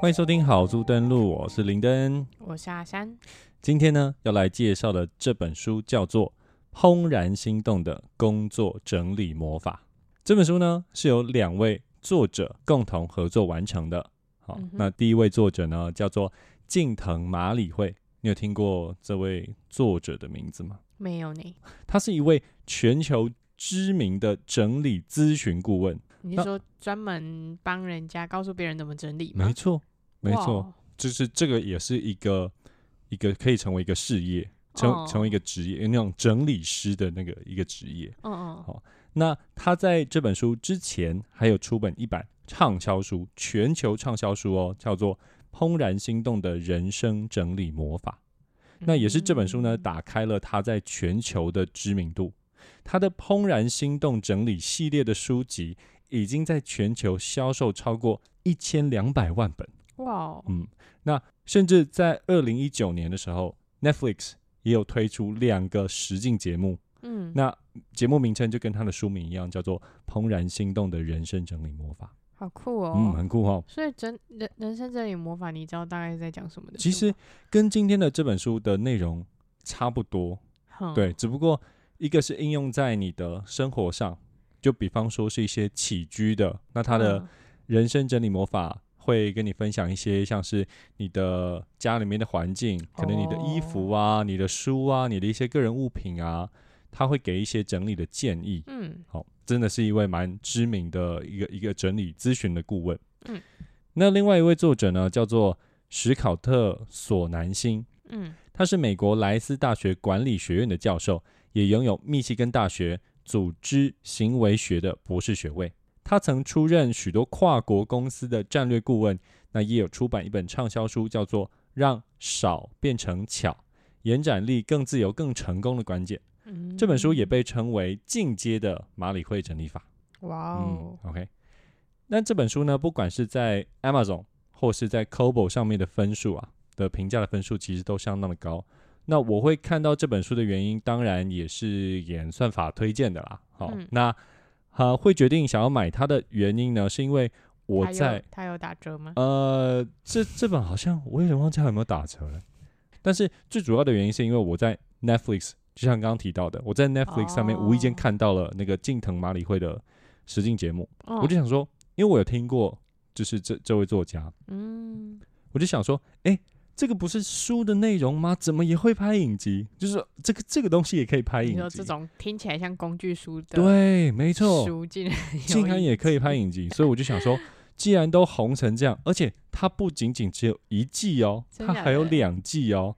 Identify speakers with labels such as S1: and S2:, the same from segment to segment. S1: 欢迎收听好书登录，我是林登。
S2: 我是阿山。
S1: 今天呢，要来介绍的这本书叫做《怦然心动的工作整理魔法》。这本书呢，是由两位作者共同合作完成的。好，
S2: 嗯哼
S1: 那第一位作者呢，叫做近藤麻里惠。你有听过这位作者的名字吗？
S2: 没有呢？
S1: 他是一位全球知名的整理咨询顾问。
S2: 你
S1: 那
S2: 是说专门帮人家告诉别人怎么整理吗？
S1: 没错，没错。
S2: 哇，
S1: 就是这个也是一个一个可以成为一个事业，成、
S2: 哦
S1: 成为一个职业，那种整理师的那个一个职业。
S2: 嗯嗯
S1: 好那他在这本书之前还有出本一版畅销书，全球畅销书哦，叫做《怦然心动的人生整理魔法》。那也是这本书呢，
S2: 嗯
S1: 打开了他在全球的知名度。他的《怦然心动整理》系列的书籍已经在全球销售超过一千两百万本。
S2: 哇哦，
S1: 嗯甚至在二零一九年的时候，Netflix 也有推出两个实境节目，
S2: 嗯，
S1: 那节目名称就跟它的书名一样，叫做《怦然心动的人生整理魔法》。
S2: 好酷哦。
S1: 嗯，很酷哦。
S2: 所以整人人生整理魔法，你知道大概是在讲什么的书吗？
S1: 其实跟今天的这本书的内容差不多，
S2: 嗯，
S1: 对，只不过一个是应用在你的生活上，就比方说是一些起居的，那它的
S2: 嗯
S1: 人生整理魔法会跟你分享一些像是你的家里面的环境，可能你的衣服啊、你的书啊、你的一些个人物品啊，他会给一些整理的建议。
S2: 嗯
S1: 好、真的是一位蛮知名的一个一个整理咨询的顾问。
S2: 嗯，
S1: 那另外一位作者呢，叫做史考特·索南辛，
S2: 嗯
S1: 他是美国莱斯大学管理学院的教授，也拥有密西根大学组织行为学的博士学位。他曾出任许多跨国公司的战略顾问，那也有出版一本畅销书，叫做《让少变成巧：延展力更自由、更成功的关键》。
S2: 嗯，
S1: 这本书也被称为进阶的马里会整理法。
S2: 哇哦，
S1: 嗯，OK。那这本书呢，不管是在 Amazon 或是在 Kobo 上面的分数啊的评价的分数，其实都相当的高。那我会看到这本书的原因，当然也是演算法推荐的啦。好，
S2: 嗯
S1: 那呃会决定想要买它的原因呢，是因为嗯我
S2: 它有
S1: 在
S2: 它有打折吗？
S1: 呃这这本好像我有点忘记它有没有打折了，但是最主要的原因是因为我在 Netflix，就像刚刚提到的，我在 Netflix 上面无意间
S2: 哦
S1: 看到了那个近藤麻里惠的实境节目，
S2: 我
S1: 呃我就想说，因为我有听过，就是这这位作家，
S2: 嗯，
S1: 我就想说，哎、这个不是书的内容吗？怎么也会拍影集？就是这个这个东西也可以拍
S2: 你
S1: 影
S2: 说
S1: 集，
S2: 这种听起来像工具书的
S1: 对，没错，
S2: 书，竟然有
S1: 竟然
S2: 一
S1: 也可以拍影 集，所以我就想说，既然都红成这样，而且它不仅仅只有一季哦，
S2: 真
S1: 它
S2: 假
S1: 还有
S2: 的
S1: 两季哦，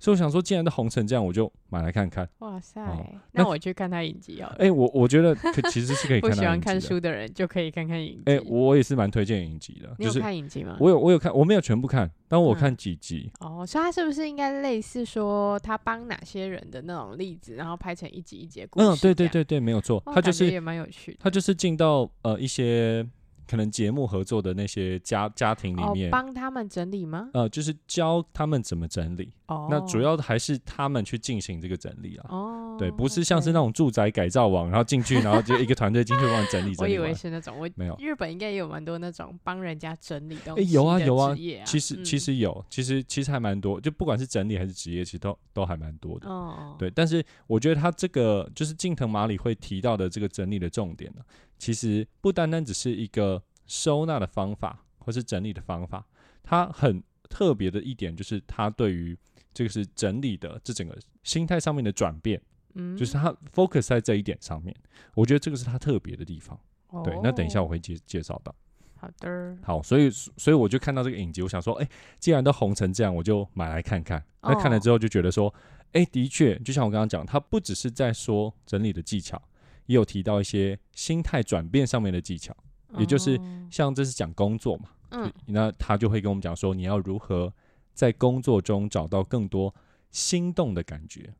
S1: 所以我想说，既然都红成这样，我就买来看看。
S2: 哇塞，
S1: 那
S2: 那我去看他影集哦。
S1: 哎、我我觉得可其实 是可以
S2: 不
S1: 看到
S2: 喜欢
S1: 影集
S2: 看
S1: 的。
S2: 书的人就可以看看影集。
S1: 哎、我也是蛮推荐影集的，
S2: 你
S1: 就
S2: 有
S1: 是
S2: 看影集吗？
S1: 我有我有看，我没有全部看，但我有
S2: 嗯
S1: 看几集。
S2: 哦，所以他是不是应该类似说他帮哪些人的那种例子，然后拍成一集一集的故事？
S1: 嗯，对对，对对，没有错，
S2: 哇
S1: 他就
S2: 感觉
S1: 是
S2: 也蛮有趣的。
S1: 他就是进到呃一些可能节目合作的那些家家庭里
S2: 哦，
S1: 面，
S2: 帮他们整理吗？
S1: 呃，就是教他们怎么整理。
S2: 哦，
S1: 那主要还是他们去进行这个整理啊。
S2: 哦，
S1: 对，不是像是那种住宅改造网，然后进去，然后就一个团队进去帮你整理
S2: OK。我
S1: 整
S2: 以
S1: 理
S2: 为
S1: 完。
S2: 是那种，我
S1: 没有
S2: 日本应该也有蛮多那种帮人家整理东
S1: 诶
S2: 西
S1: 有啊
S2: 的
S1: 有啊
S2: 职业啊
S1: 其实其，实有，其实其实还蛮多，就不管是整理还是职业，其实都都还蛮多的
S2: 嗯。哦，
S1: 对，但是我觉得他这个就是近藤麻里会提到的这个整理的重点呢、其实不单单只是一个收纳的方法或是整理的方法，它很特别的一点就是他对于这个是整理的这整个心态上面的转变，
S2: 嗯，
S1: 就是他 focus 在这一点上面，我觉得这个是他特别的地方。对，那等一下
S2: 哦，
S1: 我会介介绍到。
S2: 好的，
S1: 好，所以所以我就看到这个影集，我想说，哎、既然都红成这样，我就买来看看。那看了
S2: 哦
S1: 之后就觉得说，哎、的确，就像我刚刚讲，它不只是在说整理的技巧，也有提到一些心态转变上面的技巧。也就是
S2: 哦
S1: 像这是讲工作嘛，
S2: 嗯，
S1: 那他就会跟我们讲说，你要如何在工作中找到更多心动的感觉。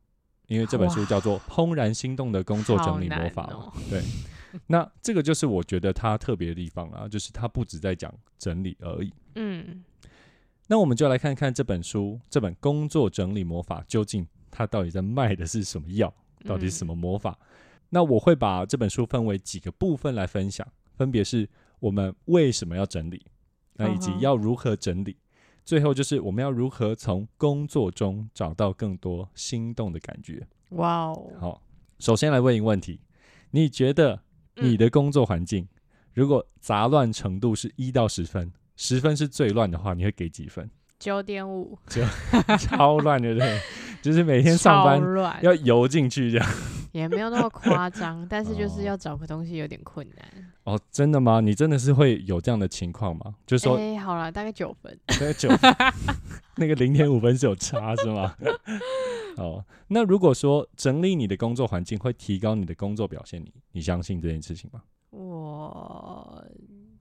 S1: 因为这本书
S2: 哇
S1: 叫做《怦然心动的工作整理魔法》
S2: 好难
S1: 嘛
S2: 哦，
S1: 对，那这个就是我觉得它特别的地方啊，就是它不只在讲整理而已。
S2: 嗯，
S1: 那我们就来看看这本书，这本《工作整理魔法》究竟它到底在卖的是什么药，到底是什
S2: 么？
S1: 么魔法？那我会把这本书分为几个部分来分享，分别是我们为什么要整理，那以及
S2: 嗯哼
S1: 要如何整理。最后就是我们要如何从工作中找到更多心动的感觉。
S2: 哇哦，
S1: 好，首先来问一个问题：你觉得
S2: 嗯
S1: 你的工作环境、如果杂乱程度是一到十分，十分是最乱的话，你会给几分？
S2: 九点五，
S1: 超乱的，对不对， 就是每天上
S2: 超
S1: 班
S2: 乱，
S1: 要游进去这样。
S2: 也没有那么 夸张，但是就
S1: 哦
S2: 是要找个东西有点困难。
S1: 哦，真的吗？你真的是会有这样的情况吗？就是说
S2: 哎，好了，大概九分。
S1: 那个九 那个零点五分是有差是吗？ 哦，那如果说整理你的工作环境会提高你的工作表现，你你相信这件事情吗？
S2: 我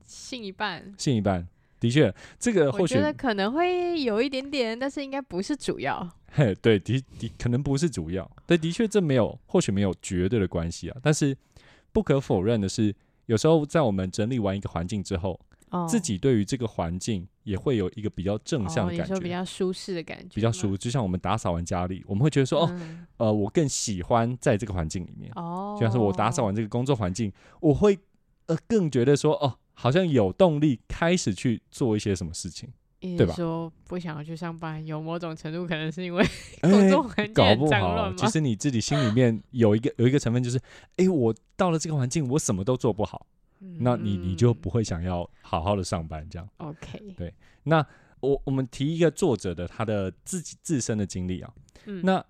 S2: 信一半，
S1: 信一半，的确，这个呃或
S2: 我
S1: 许
S2: 觉得可能会有一点点，但是应该不是主要。
S1: 嘿，对的的可能不是主要，对，的确这没有或许没有绝对的关系啊。但是不可否认的是，有时候在我们整理完一个环境之后，
S2: 哦，
S1: 自己对于这个环境也会有一个比较正向
S2: 哦
S1: 的
S2: 你
S1: 感觉，
S2: 说比较舒适的感觉吗，
S1: 比较舒服。就像我们打扫完家里，我们会觉得说，哦，
S2: 嗯
S1: 呃，我更喜欢在这个环境里面。
S2: 哦，
S1: 就像是我打扫完这个工作环境，我会呃更觉得说，哦，好像有动力开始去做一些什么事情。
S2: 意
S1: 对
S2: 思
S1: 吧
S2: 说不想要去上班，有某种程度可能 是因为
S1: 哎
S2: 工作环境
S1: 搞
S2: 很
S1: 不
S2: 脏
S1: 好，
S2: 乱
S1: 其
S2: 吗？
S1: 实你自己心里面有一个有一个成分，就是，诶，我到了这个环境，哎我什么都做不好，那你你就
S2: 嗯
S1: 不会想要好好的上班这样。
S2: OK，
S1: 那我我们提一个作者的他的自己自身的经历啊，
S2: 嗯
S1: 那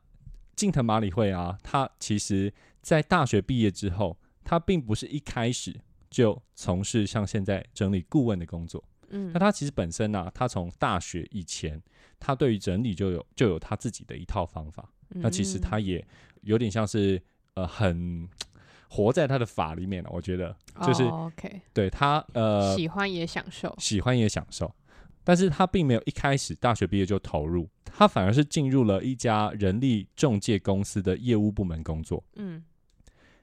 S1: 近藤麻里惠啊，他其实在大学毕业之后，他并不是一开始就从事像现在整理顾问的工作，
S2: 嗯
S1: 那他其实本身呢、他从大学以前，他对于整理就有就有他自己的一套方法。那其实他
S2: 嗯
S1: 也有点像是呃很活在他的法里面啊了，我觉得就是、
S2: 哦 OK，
S1: 对他呃
S2: 喜欢也享受，
S1: 喜欢也享受，但是他并没有一开始大学毕业就投入，他反而是进入了一家人力中介公司的业务部门工作。
S2: 嗯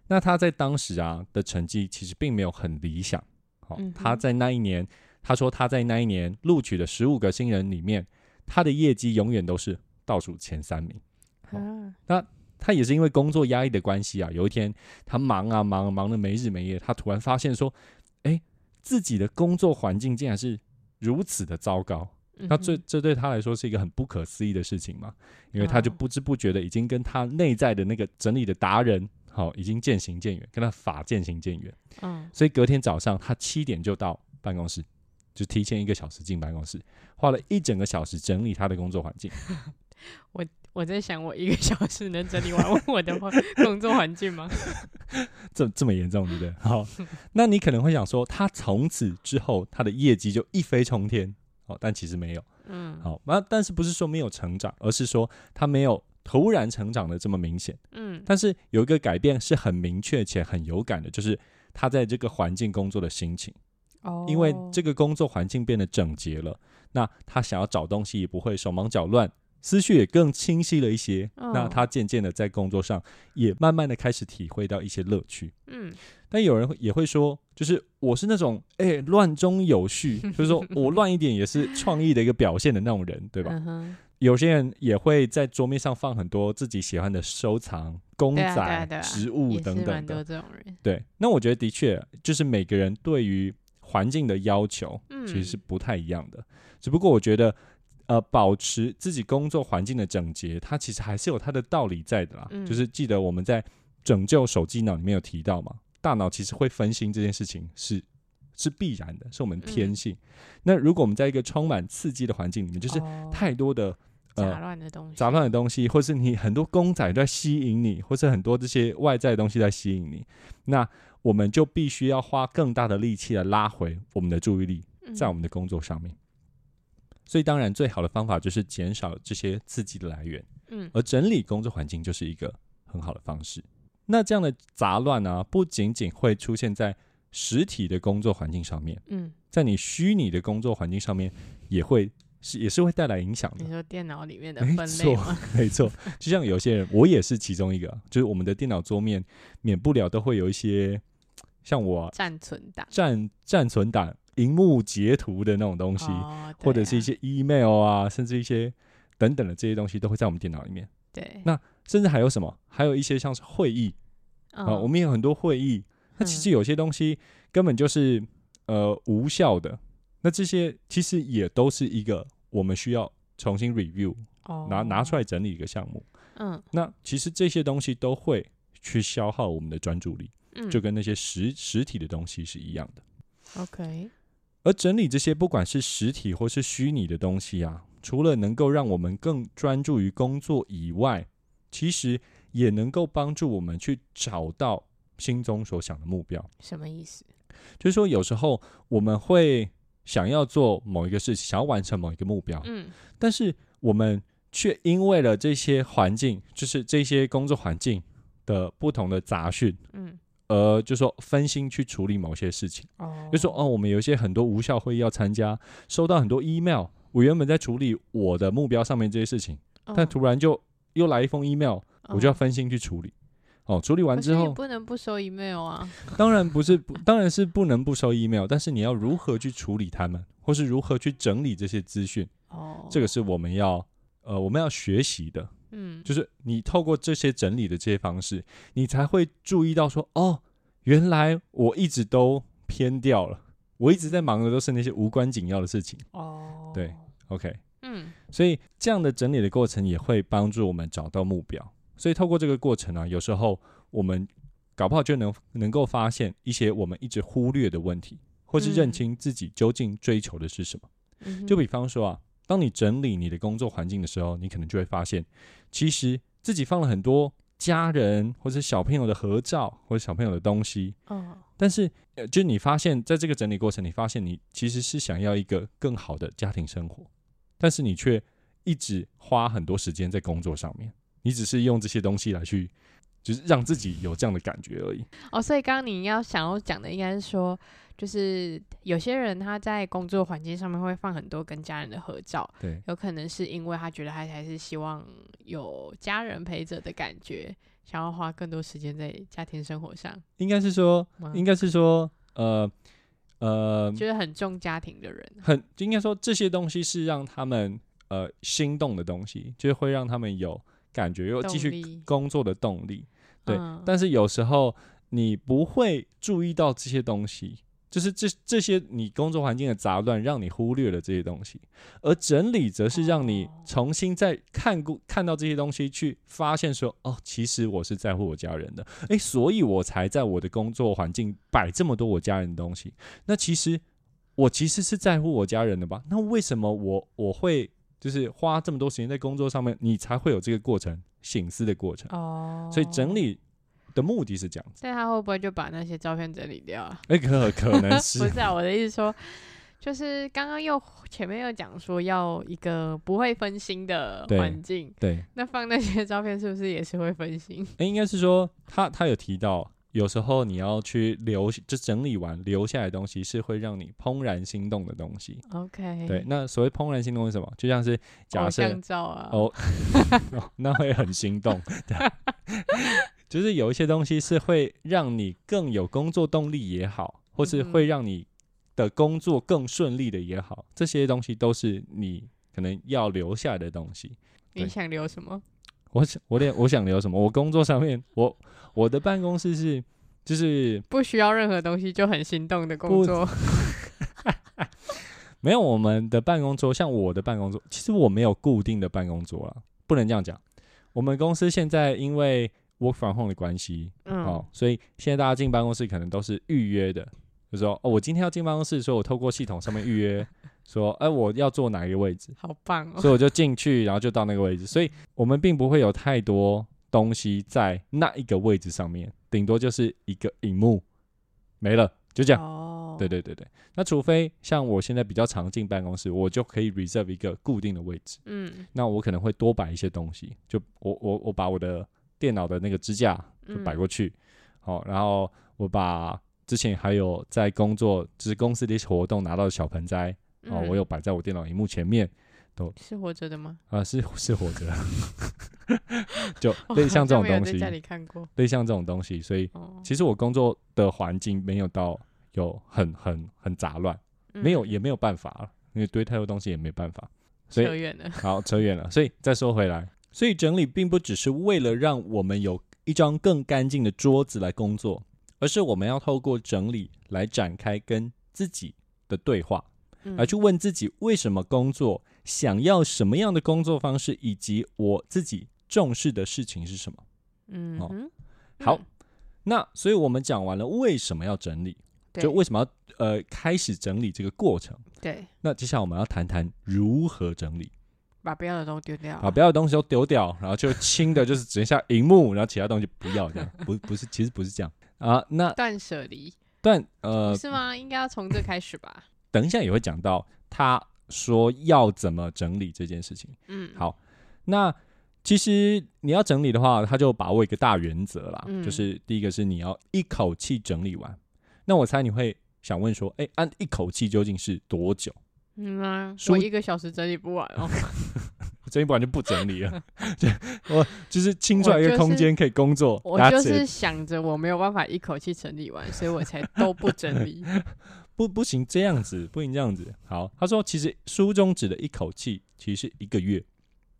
S1: 那他在当时啊的成绩其实并没有很理想，好、
S2: 嗯哼
S1: 他在那一年，他说他在那一年录取的十五个新人里面，他的业绩永远都是倒数前三名。好
S2: 啊
S1: 他也是因为工作压力的关系啊，有一天他忙啊忙啊忙的没日没夜，他突然发现说，哎，自己的工作环境竟然是如此的糟糕。
S2: 嗯
S1: 那这
S2: 哼
S1: 这对他来说是一个很不可思议的事情嘛，因为他就
S2: 哦
S1: 不知不觉的已经跟他内在的那个整理的达人，好、已经渐行渐远，跟他法渐行渐远。
S2: 嗯
S1: 所以隔天早上他七点就到办公室，就提前一个小时进办公室，花了一整个小时整理他的工作环境。
S2: 我在想，我一个小时能整理完我的环工作环境 吗？
S1: 这这么严重，对不对？ 好，那你可能会想说，他从此之后他的业绩就一飞冲天，哦，但其实没有。
S2: 嗯
S1: 好，那但是不是说没有成长，而是说他没有突然成长的这么明显。
S2: 嗯
S1: 但是有一个改变是很明确且很有感的，就是他在这个环境工作的心情，
S2: 哦，
S1: 因为这个工作环境变得整洁了，那他想要找东西也不会手忙脚乱。思绪也更清晰了一些，那
S2: 哦
S1: 他渐渐的在工作上也慢慢的开始体会到一些乐趣。
S2: 嗯
S1: 但有人会也会说，就是我是那种哎乱中有序， 就是说我乱一点也是创意的一个表现的那种人，对吧？
S2: 嗯哼
S1: 有些人也会在桌面上放很多自己喜欢的收藏、公仔、
S2: 对啊对啊对啊
S1: 植物
S2: 也
S1: 等
S2: 是
S1: 等
S2: 蛮多
S1: 的。
S2: 这种人，
S1: 对，那我觉得的确就是每个人对于环境的要求
S2: 嗯，
S1: 其实是不太一样的。只不过我觉得，呃，保持自己工作环境的整洁，它其实还是有它的道理在的啦。
S2: 嗯
S1: 就是记得我们在拯救手机脑里面有提到嘛，大脑其实会分心这件事情是是必然的，是我们天
S2: 嗯
S1: 性。那如果我们在一个充满刺激的环境里面，就是
S2: 哦
S1: 太多的、
S2: 杂
S1: 呃
S2: 乱的东西，
S1: 杂乱的东西，或是你很多公仔都在吸引你，或是很多这些外在的东西在吸引你，那我们就必须要花更大的力气来拉回我们的注意力，在我们的工作上面。所以，当然最好的方法就是减少这些刺激的来源，
S2: 嗯嗯
S1: 而整理工作环境就是一个很好的方式。那这样的杂乱啊，不仅仅会出现在实体的工作环境上面，
S2: 嗯，
S1: 在你虚拟的工作环境上面也会是也是会带来影响的
S2: 你。说电脑里面的
S1: 没
S2: 分类
S1: 错
S2: 吗？，
S1: 没错，就像有些人，我也是其中一个啊，就是我们的电脑桌面免不了都会有一些像我
S2: 暂存档
S1: 占占存档、荧幕截图的那种东西，
S2: 哦
S1: 或
S2: 对
S1: 者是
S2: 啊
S1: 一些 email 啊，甚至一些等等的这些东西都会在我们电脑里面。
S2: 对
S1: 那甚至还有什么？还有一些像是会议啊、
S2: 嗯
S1: 我们也有很多会议。那其实有些东西根本就是呃无效的，那这些其实也都是一个我们需要重新 review
S2: 哦
S1: 拿拿出来整理一个项目。
S2: 嗯
S1: 那其实这些东西都会去消耗我们的专注力，
S2: 嗯，
S1: 就跟那些实实体的东西是一样的。
S2: OK，
S1: 而整理这些不管是实体或是虚拟的东西啊，除了能够让我们更专注于工作以外，其实也能够帮助我们去找到心中所想的目标。
S2: 什么意思？
S1: 就是说，有时候我们会想要做某一个事情，想要完成某一个目标，
S2: 嗯
S1: 但是我们却因为了这些环境，就是这些工作环境的不同的杂讯，
S2: 嗯，
S1: 而就说分心去处理某些事情。
S2: 哦，
S1: 就说哦，我们有一些很多无效会议要参加，收到很多 email，我原本在处理我的目标上面这些事情，
S2: 哦，
S1: 但突然就又来一封 email，我就要
S2: 哦
S1: 分心去处理。哦，处理完
S2: 可
S1: 之
S2: 是你
S1: 后，
S2: 不能不收 email 啊。
S1: 当然不是不，当然是不能不收 email，但是你要如何去处理它们，或是如何去整理这些资讯，
S2: 哦，
S1: 这个是我们要呃我们要学习的，
S2: 嗯，
S1: 就是你透过这些整理的这些方式，你才会注意到说，哦，原来我一直都偏掉了，我一直在忙的都是那些无关紧要的事情。
S2: 哦，
S1: 对，OK，
S2: 嗯
S1: 所以这样的整理的过程也会帮助我们找到目标。所以透过这个过程啊，有时候我们搞不好就能能够发现一些我们一直忽略的问题，或是认
S2: 嗯
S1: 清自己究竟追求的是什么。
S2: 嗯哼，
S1: 就比方说啊，当你整理你的工作环境的时候，你可能就会发现，其实自己放了很多家人或者小朋友的合照或者小朋友的东西，
S2: 哦，
S1: 但是呃，就是你发现在这个整理过程，你发现你其实是想要一个更好的家庭生活，但是你却一直花很多时间在工作上面，你只是用这些东西来去。就是让自己有这样的感觉而已。
S2: 哦，所以刚刚你要想要讲的应该是说，就是有些人他在工作环境上面会放很多跟家人的合照，
S1: 对，
S2: 有可能是因为他觉得他还是希望有家人陪着的感觉，想要花更多时间在家庭生活上
S1: 应该是说，
S2: 吗，
S1: 应该是说，呃，呃，
S2: 就是很重家庭的人。
S1: 很应该说这些东西是让他们呃心动的东西，就是会让他们有感觉，又继
S2: 动
S1: 续
S2: 力
S1: 工作的动力。对
S2: 嗯、
S1: 但是有时候你不会注意到这些东西，就是这这些你工作环境的杂乱，让你忽略了这些东西，而整理则是让你
S2: 哦
S1: 重新再看过看到这些东西，去发现说哦，其实我是在乎我家人的，诶，所以我才在我的工作环境摆这么多我家人的东西。那其实我其实是在乎我家人的吧？那为什么我我会？就是花这么多时间在工作上面，你才会有这个过程醒思的过程。
S2: 哦，
S1: 所以整，理的目的是这样子。
S2: 但他会不会就把那些照片整理掉啊？
S1: 哎、可可能
S2: 不
S1: 是
S2: 是啊，我的意思说，就是刚刚又前面又讲说要一个不会分心的
S1: 对
S2: 环境，
S1: 对，
S2: 那放那些照片是不是也是会分心？
S1: 哎、应该是说他他有提到，有时候你要去留，就整理完留下来的东西是会让你怦然心动的东西。
S2: OK，
S1: 对，，那所谓怦然心动是什么？就像是假
S2: 哎偶
S1: 设
S2: 像照啊，
S1: 哦哦那会很心动。 就是有一些东西是会让你更有工作动力也好，或是
S2: 嗯哼
S1: 会让你的工作更顺利的也好，这些东西都是你可能要留下来的东西。
S2: 你
S1: 对
S2: 想留什么？
S1: 我想，我得我想留什么？我工作上面，我我的办公室是就是
S2: 不需要任何东西就很心动的工
S1: 不
S2: 作，
S1: 没有我们的办公桌，像我的办公桌，其实我没有固定的办公桌啦，不能这样讲。我们公司现在因为 work from home 的关系，
S2: 嗯，
S1: 哦，所以现在大家进办公室可能都是预约的，就说哦，我今天要进办公室，所以我透过系统上面预约，说哎、我要坐哪一个位置，
S2: 好棒哦，
S1: 所以我就进去，然后就到那个位置，所以我们并不会有太多东西在那一个位置上面，顶多就是一个荧幕没了，就这样。
S2: 哦，
S1: 对，对对对，那除非像我现在比较常进办公室，我就可以 reserve 一个固定的位置，
S2: 嗯，
S1: 那我可能会多摆一些东西，就我我我把我的电脑的那个支架就
S2: 嗯
S1: 摆过去，好、然后我把之前还有在工作就是公司的一些活动拿到的小盆栽，哦，
S2: 嗯
S1: 我有摆在我电脑荧幕前面，
S2: 是活着的吗？
S1: 啊，是是活着， 就
S2: 我
S1: 类似像
S2: 好
S1: 这种
S2: 没有
S1: 东
S2: 在
S1: 西，
S2: 家里看过，
S1: 类似像这种东西，所以
S2: 哦，
S1: 其实我工作的环境没有到有很很很杂乱，没有
S2: 嗯
S1: 也没有办法了，因为堆太多东西也没办法，所
S2: 扯
S1: 以
S2: 远了，
S1: 好扯远了，所以再说回来，所以整理并不只是为了让我们有一张更干净的桌子来工作，而是我们要透过整理来展开跟自己的对话，
S2: 嗯
S1: 而去问自己为什么工作，想要什么样的工作方式，以及我自己重视的事情是什么。
S2: 嗯
S1: 哦
S2: 哼，
S1: 好
S2: 嗯，
S1: 那所以我们讲完了为什么要整理，
S2: 对
S1: 就为什么要呃开始整理这个过程。
S2: 对，
S1: 那接下来我们要谈谈如何整理，
S2: 把不要的都丢掉，
S1: 把不要的东西都丢掉，然后就轻的就是只剩下荧幕，然后其他东西不要这 样，不不是，其实不是这样啊。那
S2: 断舍离
S1: 但呃，
S2: 是吗？应该要从这开始吧。
S1: 等一下也会讲到他说要怎么整理这件事情。
S2: 嗯，
S1: 好那其实你要整理的话，他就把握一个大原则啦，
S2: 嗯
S1: 就是第一个是你要一口气整理完。那我猜你会想问说，哎，按一口气究竟是多久？
S2: 嗯啊，
S1: 书
S2: 我一个小时整理不完 哦。
S1: 整理不完就不整理 了，就我就是清出来一
S2: 我
S1: 个
S2: 就是
S1: 空间可以工作。
S2: 我
S1: that's
S2: 就
S1: it
S2: 是想着我没有办法一口气整理完，所以我才都不整 理。
S1: 不不行这样子，不行这样子。好，他说其实书中指的一口气其实是一个月，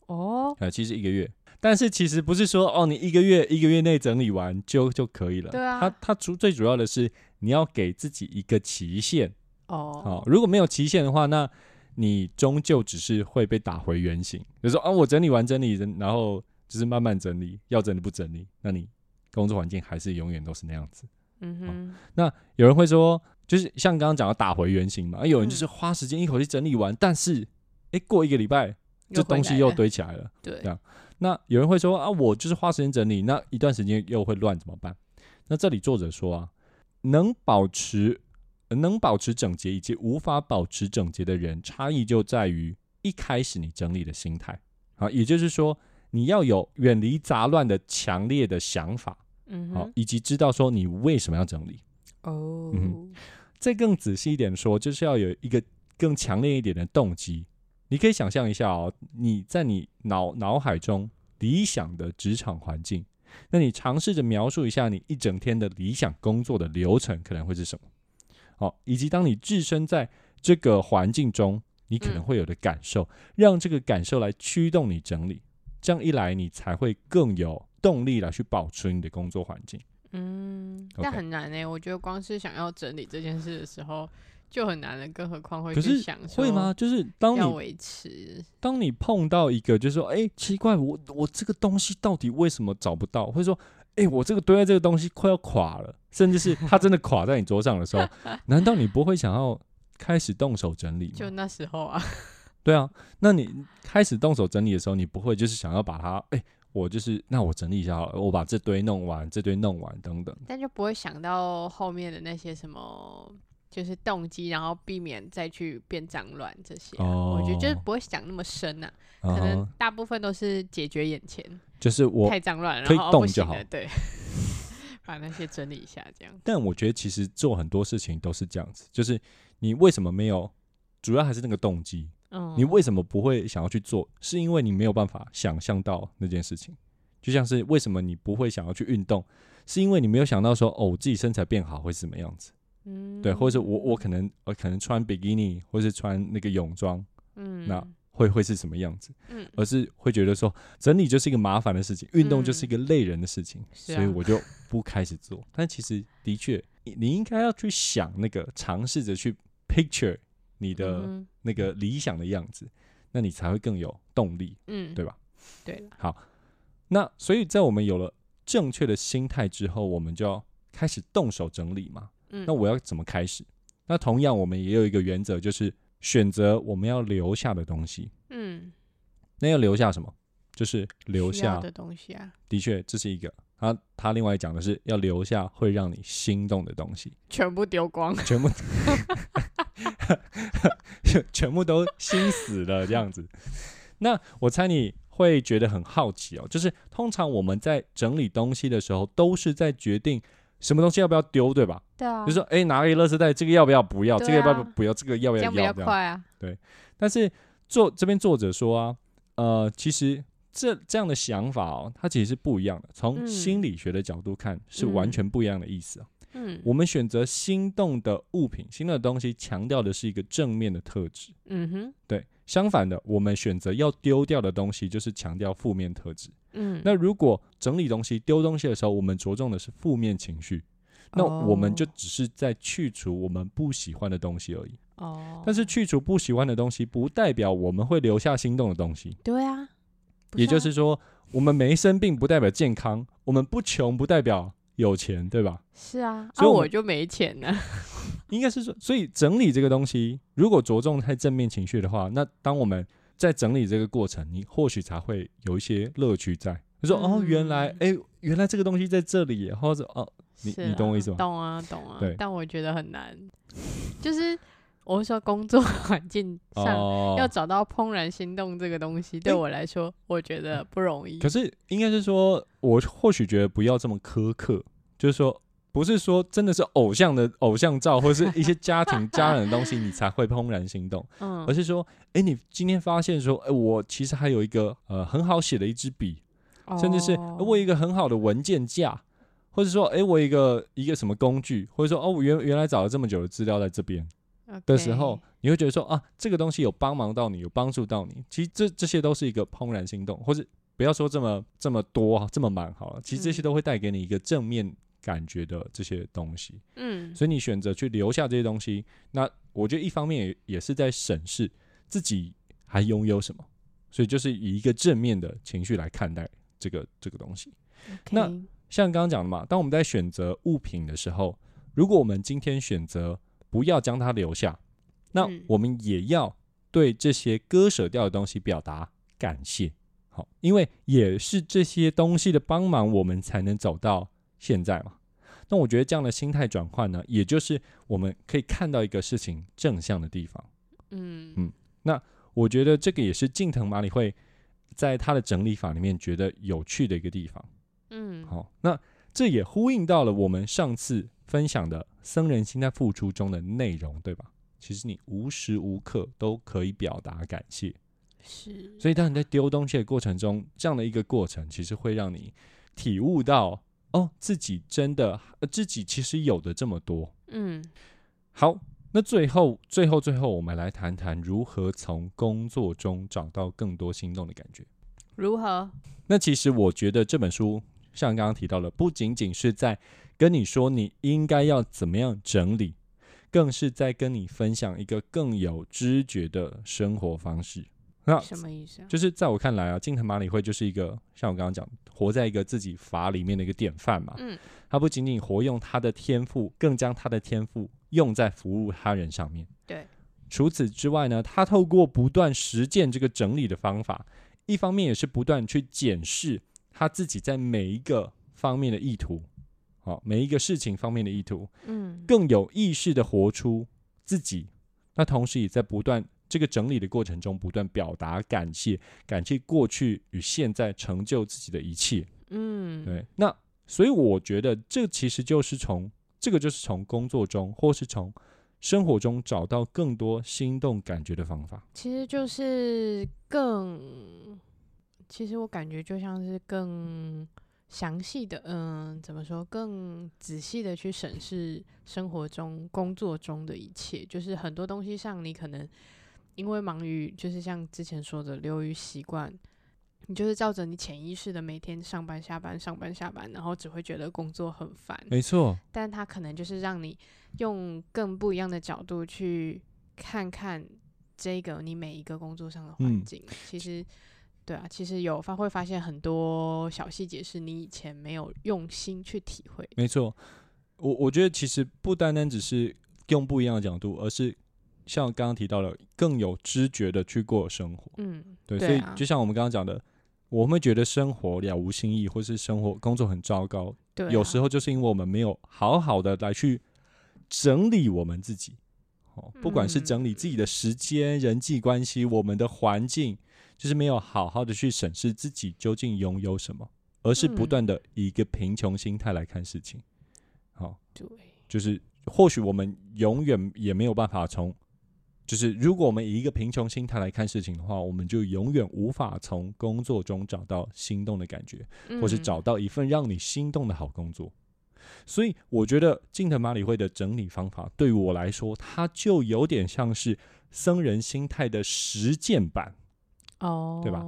S2: 哦，
S1: 呃，其实一个月，但是其实不是说哦，你一个月一个月内整理完就就可以了。
S2: 对啊
S1: 他他主最主要的是你要给自己一个期限。好、
S2: 哦，
S1: 如果没有期限的话，那你终究只是会被打回原形。就说啊，我整理完整理，然后就是慢慢整理，要整理不整理，那你工作环境还是永远都是那样子。
S2: 嗯哼，
S1: 有人会说，就是像刚刚讲的打回原形嘛，啊而有人
S2: 嗯
S1: 就是花时间一口气整理完，但是诶，过一个礼拜这
S2: 回
S1: 东西
S2: 来
S1: 又
S2: 了
S1: 堆起来了。
S2: 对
S1: 这，样那有人会说啊，我就是花时间整理，那一段时间又会乱怎么办？那这里作者说啊，能保持、呃能保持整洁以及无法保持整洁的人，差异就在于一开始你整理的心态啊，也就是说你要有远离杂乱的强烈的想法，
S2: 嗯
S1: 好、
S2: 哼，
S1: 以及知道说你为什么要整理。
S2: 哦，
S1: 嗯再更仔细一点说，就是要有一个更强烈一点的动机。你可以想象一下哦，你在你脑脑海中理想的职场环境，那你尝试着描述一下你一整天的理想工作的流程可能会是什么，哦，以及当你置身在这个环境中，你可能
S2: 嗯
S1: 会有的感受，让这个感受来驱动你整理。这样一来，你才会更有动力来去保持你的工作环境。
S2: 嗯，但
S1: OK
S2: 很难呢、我觉得光是想要整理这件事的时候就很难了，更何况会
S1: 可
S2: 去
S1: 是
S2: 想
S1: 会
S2: 说
S1: 吗？就是当
S2: 要
S1: 你
S2: 维持，
S1: 当你碰到一个，就是说，哎、奇怪，我我这个东西到底为什么找不到？或者说，哎、我这个堆在这个东西快要垮了，甚至是它真的垮在你桌上的 时候，难道你不会想要开始动手整理
S2: 就
S1: 吗？
S2: 那时候啊，
S1: 对啊，那你开始动手整理的时候，你不会就是想要把它，哎、我就是那我整理一下好了，我把这堆弄完，这堆弄完等等。
S2: 但就不会想到后面的那些什么。就是动机，然后避免再去变脏乱这些啊、我觉得就是
S1: 哦
S2: 不会想那么深呐、
S1: 啊
S2: 可能
S1: 哈，
S2: 大部分都是解决眼前，
S1: 就是我
S2: 太脏乱了，
S1: 推
S2: 然后哦
S1: 动
S2: 不
S1: 就
S2: 行了
S1: 好
S2: 对， 把那些整理一下，这样。
S1: 但我觉得其实做很多事情都是这样子，就是你为什么没有，主要还是那个动机。
S2: 嗯，
S1: 你为什么不会想要去做？是因为你没有办法想象到那件事情。就像是为什么你不会想要去运动，是因为你没有想到说，哦，我自己身材变好会是什么样子，
S2: 嗯
S1: 对，或者是我我可能我可能穿比基尼，或是穿那个泳装，
S2: 嗯
S1: 那呃会会是什么样子，
S2: 嗯
S1: 而是会觉得说，整理就是一个麻烦的事情，运动就是一个累人的事情，
S2: 嗯是
S1: 所
S2: 啊
S1: 以我就不开始做。但其实的确，你你应该要去想那个，尝试着去 picture 你的。
S2: 嗯
S1: 那个理想的样子，那你才会更有动力，
S2: 嗯
S1: 对吧？
S2: 对了，
S1: 那所以在我们有了正确的心态之后，我们就要开始动手整理嘛。
S2: 嗯
S1: 那我要怎么开始？那同样，我们也有一个原则，就是选择我们要留下的东西。
S2: 嗯
S1: 那要留下什么？就是留
S2: 需要
S1: 下，
S2: 的东西啊，
S1: 的确这是一个。他他另外讲的是要留下会让你心动的东西，
S2: 全部 丢光，
S1: 全部全部都心死了这样子。那我猜你会觉得很好奇哦，就是通常我们在整理东西的时候，都是在决定什么东西要不要丢，对吧？
S2: 对啊
S1: 比如说，哎，拿个垃圾袋，这个要不要？不要，
S2: 对
S1: 这
S2: 啊
S1: 个要不要？不要，这个要不
S2: 这
S1: 要？
S2: 样比
S1: 要
S2: 较
S1: 这样。
S2: 快啊，
S1: 但是作这边作者说啊，呃，其实这这样的想法哦，它其实是不一样的。从
S2: 嗯
S1: 心理学的角度看，是完
S2: 嗯
S1: 全不一样的意思哦。
S2: 嗯
S1: 我们选择心动的物品、心动的东西，强调的是一个正面的特质。
S2: 嗯哼
S1: 对，相反的，我们选择要丢掉的东西，就是强调负面特质。
S2: 嗯，
S1: 那如果整理东西、丢东西的时候，我们着重的是负面情绪，那我们就
S2: 哦
S1: 只是在去除我们不喜欢的东西而已。
S2: 哦，
S1: 但是去除不喜欢的东西，不代表我们会留下心动的东西。
S2: 对啊，不
S1: 也
S2: 啊
S1: 就是说，我们没生病不代表健康，我们不穷不代表有钱，对吧？
S2: 是啊，
S1: 所
S2: 所
S1: 以
S2: 以
S1: 我
S2: 我
S1: 们
S2: 就没钱 呢、
S1: 应该是说，所以整理这个东西，如果着重在正面情绪的话，那当我们在整理这个过程，你或许才会有一些乐趣在。你说、哦，原来
S2: 嗯
S1: 诶，原来这个东西在这里耶，或者哦，你
S2: 是
S1: 你
S2: 啊
S1: 懂我意思吗
S2: 懂啊，懂啊
S1: 对。
S2: 但我觉得很难，就是我是说工作 环境上、
S1: 哦，
S2: 要找到怦然心动这个东西，对我来说，我觉得不容易
S1: 可。是应该是说，我或许觉得不要这么苛刻，就是说，不是说真的是偶像的偶像照，或是一些家庭家人的东西，你才会怦然心动，
S2: 嗯
S1: 而，是说，诶，你今天发现说，诶，哎我其实还有一个呃很好写的一支笔，甚至是、
S2: 哦
S1: 诶我有一个很好的文件架。或者说，诶，我有一个一个什么工具，或者说，哦，我原原来找了这么久的资料在这边的时候
S2: OK，
S1: 你会觉得说，啊，这个东西有帮忙到你，有帮助到你。其实这这些都是一个怦然心动，或者不要说这么这么多啊，这么满好了。其实这些
S2: 嗯
S1: 都会带给你一个正面感觉的这些东西，
S2: 嗯，
S1: 所以你选择去留下这些东西，那我觉得一方面也也是在审视自己还拥有什么，所以就是以一个正面的情绪来看待这个这个东西。那
S2: OK
S1: 像刚刚讲的嘛，当我们在选择物品的时候，如果我们今天选择不要将它留下，那
S2: 嗯
S1: 我们也要对这些割舍掉的东西表达感谢。好，因为也是这些东西的帮忙，我们才能走到现在嘛。那我觉得这样的心态转换呢，也就是我们可以看到一个事情正向的地方。
S2: 嗯
S1: 嗯我觉得这个也是近藤麻里会在他的整理法里面觉得有趣的一个地方。
S2: 嗯
S1: 好、那这也呼应到了我们上次分享的僧人心态付出中的内容，对吧？其实你无时无刻都可以表达感谢，
S2: 是，
S1: 所以当你在丢东西的过程中，这样的一个过程，其实会让你体悟到，哦，自己真的，呃自己其实有的这么多。
S2: 嗯
S1: 好，那最后，最后，最后，我们来谈谈如何从工作中找到更多心动的感觉。
S2: 如何？
S1: 那其实我觉得这本书，像刚刚提到了，不仅仅是在跟你说你应该要怎么样整理，更是在跟你分享一个更有知觉的生活方式。那
S2: 什么意思啊？
S1: 就是在我看来啊，金藤马里会就是一个像我刚刚讲，活在一个自己法里面的一个典范嘛。
S2: 嗯
S1: 他不仅仅活用他的天赋，更将他的天赋用在服务他人上面。
S2: 对。
S1: 除此之外呢，他透过不断实践这个整理的方法，一方面也是不断去检视他自己在每一个方面的意图，好、每一个事情方面的意图，
S2: 嗯
S1: 更有意识的活出自己。那同时也在不断这个整理的过程中，不断表达感谢，感谢过去与现在成就自己的一切。
S2: 嗯，
S1: 对，那所以我觉得这其实就是从这个就是从工作中或是从生活中找到更多心动感觉的方法。
S2: 其实就是更，其实我感觉就像是更详细的，嗯，怎么说，更仔细的去审视生活中、工作中的一切，就是很多东西上你可能因为忙于，就是像之前说的流于习惯。你就是照着你潜意识的每天上班下班上班下班，然后只会觉得工作很烦，
S1: 没错，
S2: 但它可能就是让你用更不一样的角度去看看这个你每一个工作上的环
S1: 嗯
S2: 境。其实，对啊，其实有发会发现很多小细节是你以前没有用心去体会的。
S1: 没错。我我觉得其实不单单只是用不一样的角度，而是像刚刚提到了，更有知觉的去过生活。
S2: 嗯，
S1: 对，
S2: 对
S1: 所
S2: 啊
S1: 以就像我们刚刚讲的，我们会觉得生活了无新意，或是生活工作很糟糕，
S2: 对啊、
S1: 有时
S2: 候
S1: 候就是因为我们没有好好的来去整理我们自己，哦，不管是
S2: 嗯
S1: 整理自己的时间、人际关系、我们的环境，就是没有好好的去审视自己究竟拥有什么，而是不
S2: 嗯
S1: 断的以一个贫穷心态来看事情。好、
S2: 对，
S1: 就是或许我们永远也没有办法从，就是如果我们以一个贫穷心态来看事情的话，我们就永远无法从工作中找到心动的感觉。或是
S2: 嗯
S1: 找到一份让你心动的好工作。所以我觉得近藤麻里惠的整理方法对我来说，它就有点像是僧人心态的实践版，
S2: 哦，
S1: 对吧？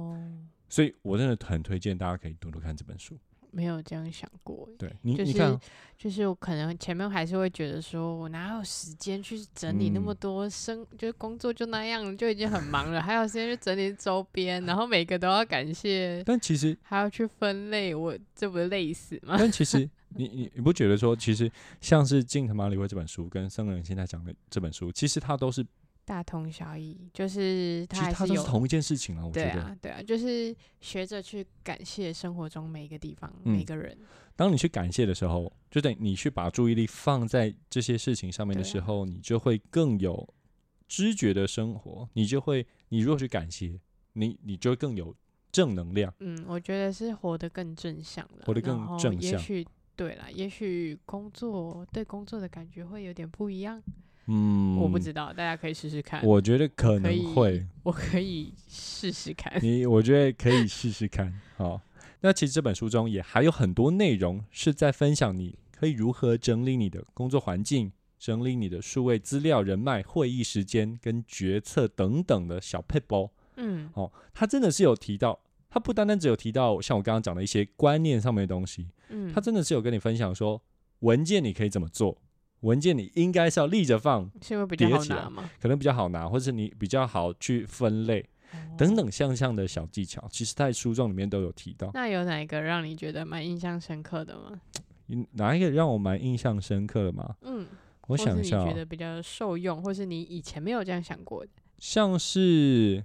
S1: 所以我真的很推荐大家可以读读看这本书。
S2: 没有这样想过欸，
S1: 对你，
S2: 就
S1: 你看
S2: 是
S1: 哦，
S2: 就是我可能前面还是会觉得说，我哪有时间去整理那么
S1: 嗯
S2: 多生，就是工作就那样了，就已经很忙了，还有时间去整理周边，然后每个都要感谢，
S1: 但其实，
S2: 还要去分类，我这不是累死吗？
S1: 但其实，你你你不觉得说，其实像是《进他妈理会》这本书跟《僧人现在讲》的这本书，其实它都是，
S2: 大同小异，就
S1: 其
S2: 是他
S1: 实
S2: 还
S1: 它都
S2: 有
S1: 是同一件事情啊。我觉
S2: 对
S1: 得，
S2: 啊，对啊，就是学着去感谢生活中每一个地方、
S1: 嗯
S2: 每个人。
S1: 当你去感谢的时候，就等于你去把注意力放在这些事情上面的
S2: 对啊
S1: 时候，你就会更有知觉的生活。你就会，你如果去感谢，你你就会更有正能量。
S2: 嗯，我觉得是活得更正向了，
S1: 活得更
S2: 然后
S1: 正
S2: 也
S1: 向
S2: 许对啦，也许工作对工作的感觉会有点不一样，
S1: 嗯，
S2: 我不知道，大家可以试试看。
S1: 我觉得可
S2: 可以
S1: 能会，
S2: 我可以试试 看。
S1: 你我觉得可以试试看。好，那其实这本书中也还有很多内容是在分享你可以如何整理你的工作环境、整理你的数位资料、人脉、会议时间跟决策等等的小 p e p l e
S2: 嗯，
S1: 哦，他真的是有提到，他不单单只有提到像我刚刚讲的一些观念上面的东西，
S2: 嗯，
S1: 他真的是有跟你分享说，文件你可以怎么做，文件你应该是要立着放，
S2: 是因为比较
S1: 叠
S2: 好
S1: 起来
S2: 拿嘛，
S1: 可能比较好拿，或是你比较好去分类
S2: 哦
S1: 等。等像像的小技巧，其实在书中里面都有提到。
S2: 那有哪一个让你觉得蛮印象深刻的吗？
S1: 嗯哪一个让我蛮印象深刻的吗？
S2: 嗯，
S1: 我
S2: 或
S1: 想
S2: 是
S1: 一
S2: 你
S1: 下哦、
S2: 觉得比较受用，或是你以前没有这样想过的，
S1: 像是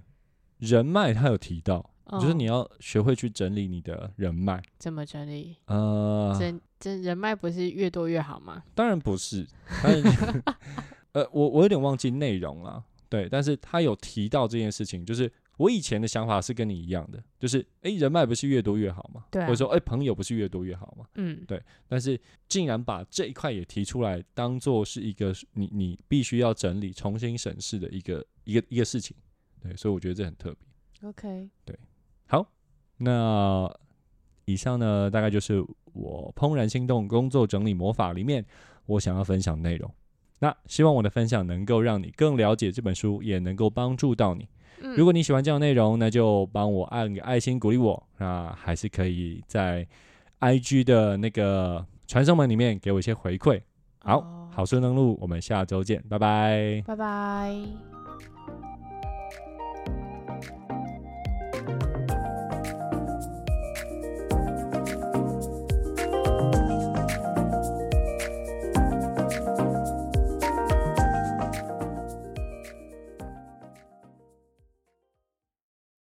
S1: 人脉，他有提到，就是
S2: 嗯
S1: 你要学会去整理你的人脉。
S2: 怎么整理？
S1: 呃，
S2: 这这人脉不是越多越好吗？
S1: 当然不是，当 然呃，我我有点忘记内容了。对，但是他有提到这件事情，就是我以前的想法是跟你一样的，就是诶，人脉不是越多越好嘛，
S2: 对啊
S1: 或者说诶，朋友不是越多越好嘛。
S2: 嗯，
S1: 但是竟然把这一块也提出来，当做是一个你你必须要整理、重新审视的一个一个一个事情。对，所以我觉得这很特别。
S2: OK，
S1: 好，那以上呢，大概就是我《怦然心动工作整理魔法》里面我想要分享的内容。那希望我的分享能够让你更了解这本书，也能够帮助到你。
S2: 嗯，
S1: 如果你喜欢这样的内容，那就帮我按个爱心鼓励我。那还是可以在 IG 的那个传送门里面给我一些回馈。好
S2: 哦，
S1: 好书能录，我们下周见，拜拜。
S2: 拜拜。